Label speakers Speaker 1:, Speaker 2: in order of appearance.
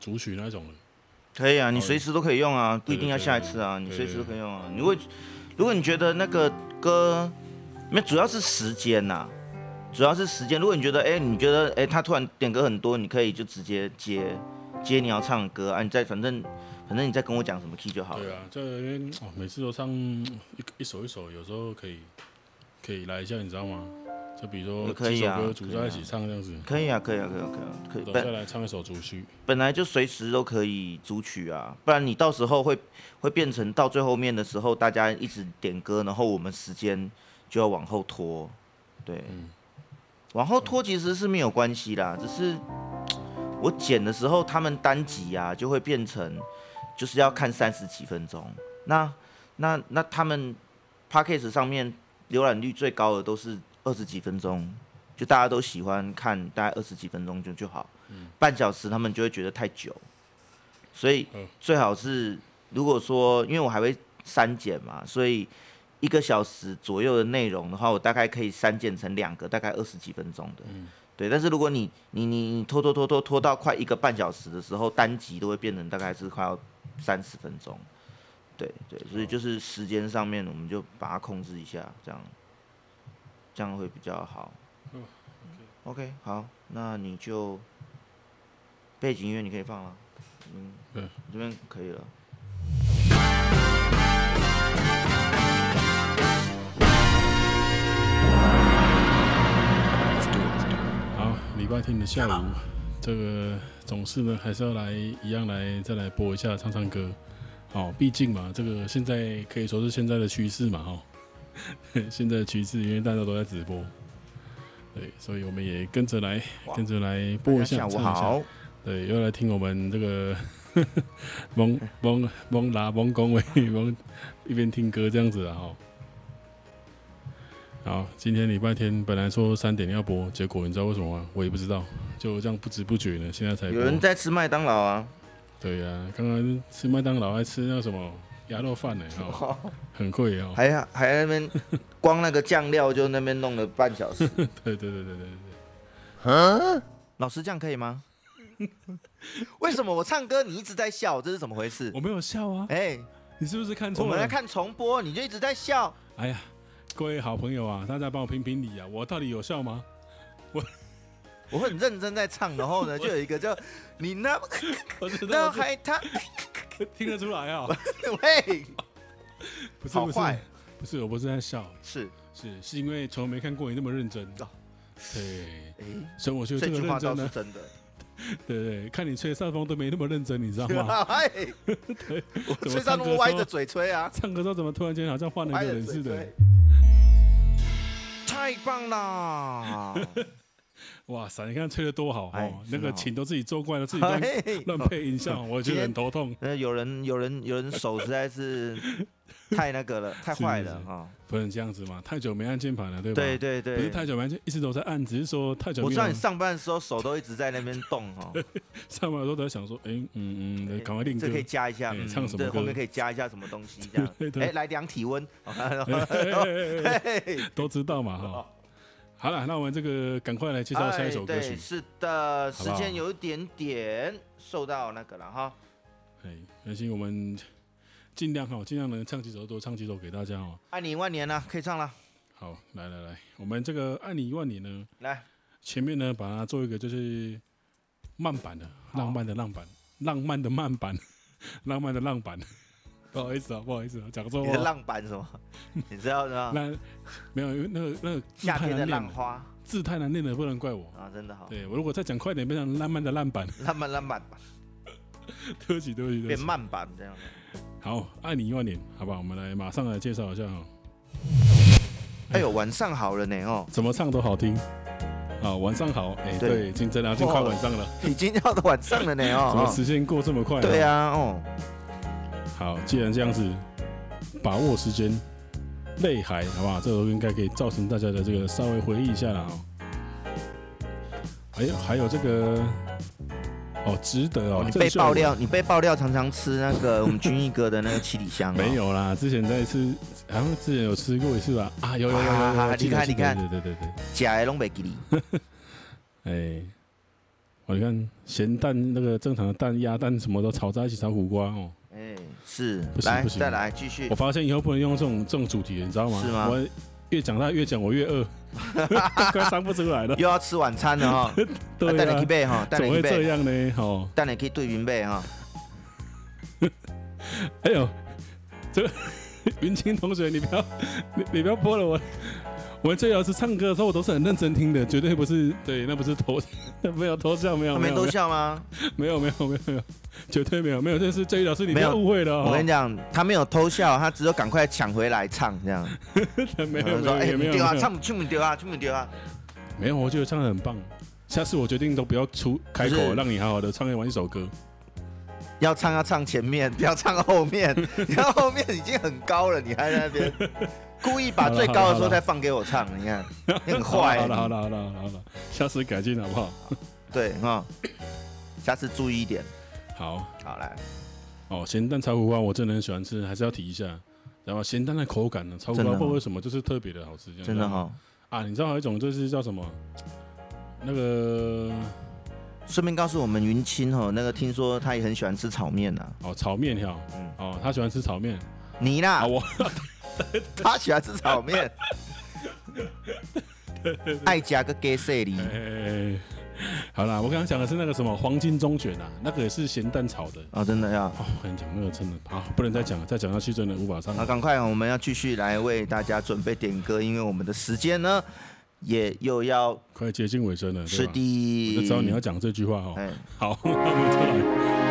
Speaker 1: 煮取哦那种的。
Speaker 2: 可以啊，你随时都可以用啊，不一定要
Speaker 1: 哦对对
Speaker 2: 下一次啊，你
Speaker 1: 对
Speaker 2: 随时
Speaker 1: 对
Speaker 2: 都可以用啊。如果如果你觉得那个歌，那主要是时间呐、主要是时间。如果你觉得，哎、你觉得，哎、他突然点歌很多，你可以就直接接接你要唱的歌啊，你再反正反正你再跟我讲什么 key 就好了。
Speaker 1: 对啊，这边哦，每次都唱一一首一首，有时候可以可以来一下，你知道吗？就比如
Speaker 2: 也
Speaker 1: 说
Speaker 2: 可
Speaker 1: 几
Speaker 2: 以
Speaker 1: 首
Speaker 2: 啊
Speaker 1: 歌组
Speaker 2: 可以
Speaker 1: 在
Speaker 2: 啊
Speaker 1: 一起唱这样子，
Speaker 2: 可以啊，可以啊，可以啊，可以啊，可以
Speaker 1: 然后再
Speaker 2: 本
Speaker 1: 来唱一首主曲。
Speaker 2: 本来就随时都可以组曲啊，不然你到时候会会变成到最后面的时候，大家一直点歌，然后我们时间就要往后拖，对，往后拖其实是没有关系啦，只是我剪的时候他们单集啊就会变成就是要看三十几分钟，那那那他们 p a c k a g e 上面浏览率最高的都是二十几分钟，就大家都喜欢看大概二十几分钟就就好。
Speaker 1: 嗯
Speaker 2: 半小时他们就会觉得太久，所以
Speaker 1: 嗯
Speaker 2: 最好是如果说，因为我还会删减嘛，所以一个小时左右的内容的话，我大概可以删减成两个，大概二十几分钟的。
Speaker 1: 嗯
Speaker 2: 对，但是如果你你你你拖拖拖拖拖到快一个半小时的时候，单集都会变成大概是快要三十分钟。对对，
Speaker 1: 哦
Speaker 2: 所以就是时间上面，我们就把它控制一下，这样这样会比较好。
Speaker 1: 嗯
Speaker 2: OK，好，那你就背景音乐你可以放了，嗯，
Speaker 1: 嗯
Speaker 2: 这边可以了。
Speaker 1: 好，礼拜天的下午，这个总是呢还是要来一样来再来播一下唱唱歌。好，毕竟嘛，这个现在可以说是现在的趋势嘛，哈， 现在的趋势，因为大家都在直播，对，所以我们也跟着来
Speaker 2: 哇，
Speaker 1: 跟着来播一下，
Speaker 2: 大
Speaker 1: 唱一
Speaker 2: 家下午
Speaker 1: 下。
Speaker 2: 好，
Speaker 1: 对，又来听我们这个 蒙蒙蒙拉蒙恭维 蒙一边听歌这样子啊，吼。好，今天礼拜天本来说三点要播，结果你知道为什么吗？我也不知道，就这样不知不觉呢，现在才播
Speaker 2: 有。人在吃麦当劳啊，
Speaker 1: 对呀、刚刚吃麦当劳还吃那什么鸭肉饭呢、哦，很贵哦。
Speaker 2: 还还在那边 光那个酱料就那边弄了半小时。
Speaker 1: 对对对对对
Speaker 2: 老师这样可以吗？ 为什么我唱歌你一直在笑？这是怎么回事
Speaker 1: 对，我？没有笑啊，
Speaker 2: 哎、
Speaker 1: 你是不是看
Speaker 2: 我
Speaker 1: 错了？
Speaker 2: 们来看重播，你就一直在笑。
Speaker 1: 哎呀，各位好朋友啊，大家帮我评评理啊，我到底有笑吗？
Speaker 2: 我很认真在唱，然后呢，就有一个就你那
Speaker 1: 我知道
Speaker 2: 那
Speaker 1: 我知道
Speaker 2: 还他
Speaker 1: 听得出来啊、
Speaker 2: 喂，
Speaker 1: 不是
Speaker 2: 好
Speaker 1: 不是
Speaker 2: 坏
Speaker 1: 不是，我不是在笑，
Speaker 2: 是
Speaker 1: 是是因为从来没看过你那么认真
Speaker 2: 哦。
Speaker 1: 对，
Speaker 2: 哎、
Speaker 1: 所以我觉得
Speaker 2: 这
Speaker 1: 这个
Speaker 2: 句话
Speaker 1: 认
Speaker 2: 倒
Speaker 1: 真
Speaker 2: 是
Speaker 1: 呢，
Speaker 2: 真的。
Speaker 1: 对对，看你吹萨风都没那么认真，你知道 吗？
Speaker 2: 哎，我吹上那么歪着嘴吹啊，
Speaker 1: 唱歌时候怎么突然间好像换了
Speaker 2: 歪
Speaker 1: 一个
Speaker 2: 着
Speaker 1: 人
Speaker 2: 嘴
Speaker 1: 似
Speaker 2: 吹
Speaker 1: 的？，
Speaker 2: 太棒啦！
Speaker 1: 哇塞，你看吹的多好
Speaker 2: 哎
Speaker 1: 哦，
Speaker 2: 是
Speaker 1: 那个
Speaker 2: 哦哎
Speaker 1: 琴都自己做 怪了，自己乱
Speaker 2: 嘿
Speaker 1: 乱配音效，我觉得很头痛。
Speaker 2: 呃，有人有人有人手实在是太那个了，太坏了
Speaker 1: 是是
Speaker 2: 哈、哦。
Speaker 1: 不能这样子嘛，太久没按键盘了，对吧？
Speaker 2: 对对
Speaker 1: 不是
Speaker 2: 对，
Speaker 1: 太久没按键，一直都在按，只是说太久
Speaker 2: 我
Speaker 1: 没
Speaker 2: 知
Speaker 1: 有
Speaker 2: 道你上班的时候手都一直在那边动哈、哦，
Speaker 1: 上班的时候都在想说，哎，嗯嗯，赶快练歌
Speaker 2: 这可。以加一下，
Speaker 1: 哎
Speaker 2: 嗯
Speaker 1: 唱什么
Speaker 2: 对，后
Speaker 1: 歌
Speaker 2: 面可以加一下什么东西这样
Speaker 1: 对。对
Speaker 2: 哎，来量体温。
Speaker 1: 哎哎哎哎
Speaker 2: 嘿
Speaker 1: 都知道嘛哈。好了，那我们这个赶快来介绍下一首歌
Speaker 2: 哦哎
Speaker 1: 曲
Speaker 2: 对，。是的，
Speaker 1: 好
Speaker 2: 时
Speaker 1: 不好
Speaker 2: 间有一点点受到那个了哈。
Speaker 1: 哎，而且我们尽量哈，尽量能唱几首多唱几首给大家哦。
Speaker 2: 爱你一万年了，可以唱了，
Speaker 1: 好，来来来，我们这个《爱你一万年》呢，
Speaker 2: 来，
Speaker 1: 前面呢把它做一个就是慢版的，
Speaker 2: 好
Speaker 1: 浪漫的浪版，浪漫的慢版， 浪漫的浪版。不好意思啊，不好意思啊，讲错
Speaker 2: 你是
Speaker 1: 话。
Speaker 2: 浪板 什么？你知道是吧？
Speaker 1: 那没有，因为那个那个字
Speaker 2: 夏
Speaker 1: 太
Speaker 2: 天的
Speaker 1: 难念
Speaker 2: 浪
Speaker 1: 了，
Speaker 2: 花
Speaker 1: 字太难念了，不能怪我。
Speaker 2: 啊，真的好，
Speaker 1: 对我如果再讲快点，变成浪漫的烂版，
Speaker 2: 浪漫浪漫
Speaker 1: 对不起，对不起，对不
Speaker 2: 变
Speaker 1: 起。
Speaker 2: 慢版这样
Speaker 1: 哎
Speaker 2: 的。
Speaker 1: 好，爱你一万年，好吧，我们来马上来介绍一下哈，
Speaker 2: 哎呦，晚上好了呢哦，
Speaker 1: 怎么唱都好听。啊，晚上好，哎、
Speaker 2: 对
Speaker 1: 对，已经真的已经快晚上了，
Speaker 2: 已经要到晚上了呢
Speaker 1: 怎么
Speaker 2: 哦。
Speaker 1: 时间过这么快、
Speaker 2: 哦对、啊，哦，
Speaker 1: 好，既然这样子，把握时间，泪海，好不好？这首歌应该可以造成大家的这个稍微回忆一下了哦。还有还有这个，哦，值得哦，
Speaker 2: 你
Speaker 1: 郑
Speaker 2: 被
Speaker 1: 秀
Speaker 2: 爆
Speaker 1: 文
Speaker 2: 料，你被爆料常常吃那个我们军艺哥的那个七里香哦，
Speaker 1: 没有啦，之前在吃，好像之前有吃过一次吧？啊，有有有有
Speaker 2: 啊
Speaker 1: 有，
Speaker 2: 你
Speaker 1: 记得
Speaker 2: 看
Speaker 1: 记
Speaker 2: 你
Speaker 1: 得
Speaker 2: 看
Speaker 1: 对对对对，
Speaker 2: 假的拢袂给你。
Speaker 1: 哎，哦，你看咸蛋那个正常的蛋、鸭蛋什么都炒在一起炒苦瓜哦。
Speaker 2: 哎，是
Speaker 1: 不，行
Speaker 2: 来
Speaker 1: 不行
Speaker 2: 再来继续
Speaker 1: 我，发现以后不能用这种这种主题了，你知道吗？
Speaker 2: 是吗
Speaker 1: 我越长大越讲我越饿， 快唱不出来 了。
Speaker 2: 又要吃晚餐了哦哈，
Speaker 1: 对
Speaker 2: 啊带你去
Speaker 1: 啊，
Speaker 2: 背哈，带
Speaker 1: 怎
Speaker 2: 你
Speaker 1: 么
Speaker 2: 去
Speaker 1: 会这
Speaker 2: 背，
Speaker 1: 样呢？哦，
Speaker 2: 带你去对哦云背哈，
Speaker 1: 哎呦，这 个云清同学，你不要你你不要播了我。我最要是唱歌的时候，我都是很认真听的，绝对不是对，那不是偷，那 没有偷笑，没有
Speaker 2: 他
Speaker 1: 没
Speaker 2: 们
Speaker 1: 有
Speaker 2: 都笑吗？
Speaker 1: 没有没有没有没有，绝对没有没有，这是这位老师你不
Speaker 2: 没有
Speaker 1: 要误会了、哦。
Speaker 2: 我跟你讲，他没有偷笑，他只有赶快抢回来唱这样。
Speaker 1: 讲，没
Speaker 2: 然
Speaker 1: 有
Speaker 2: 后
Speaker 1: 没
Speaker 2: 说：“
Speaker 1: 有
Speaker 2: 哎，
Speaker 1: 也没
Speaker 2: 你
Speaker 1: 有
Speaker 2: 丢啊，
Speaker 1: 没有
Speaker 2: 唱不唱不丢啊，唱不丢啊。
Speaker 1: 没有，我觉得唱的很棒。下次我决定都不要出开
Speaker 2: 不是
Speaker 1: 口，让你好好的唱完一首歌。
Speaker 2: 要唱要唱前面， 不要唱后面。 你看后面已经很高了，你还在那边 故意把最高的时候再放给我唱，你看你很坏欸。
Speaker 1: 好了好了好了好了好了，下次改进好不好？
Speaker 2: 你，对哈，下次注意一点。
Speaker 1: 好
Speaker 2: 好来，
Speaker 1: 哦，咸蛋炒苦瓜我真的很喜欢吃，还是要提一下。然后咸蛋的口感呢，炒苦瓜
Speaker 2: 真
Speaker 1: 不
Speaker 2: 的哦
Speaker 1: 知道为什么就是特别的好吃，这样
Speaker 2: 真的哈、
Speaker 1: 啊，你知道还有一种就是叫什么？那个
Speaker 2: 顺便告诉我们云清哈，那个听说他也很喜欢吃炒面呐、
Speaker 1: 哦，炒面条
Speaker 2: 嗯，
Speaker 1: 哦，他喜欢吃炒面
Speaker 2: 你啦，
Speaker 1: 啊，我
Speaker 2: 他喜欢吃炒 面，爱加个鸡碎梨
Speaker 1: 哎，哎哎好啦，我刚刚讲的是那个什么黄金中卷啊，那个也是咸蛋炒的。
Speaker 2: 哦，真的要。
Speaker 1: 哦，跟你讲那个真的啊，不能再讲了，再讲下去真的无法上
Speaker 2: 好，。赶快，我们要继续来为大家准备点歌，因为我们的时间呢，也又要
Speaker 1: 快接近尾声了，对
Speaker 2: 是
Speaker 1: 吧？
Speaker 2: 第。
Speaker 1: 我就知道你要讲这句话哦。
Speaker 2: 哎，
Speaker 1: 好，那我们再来。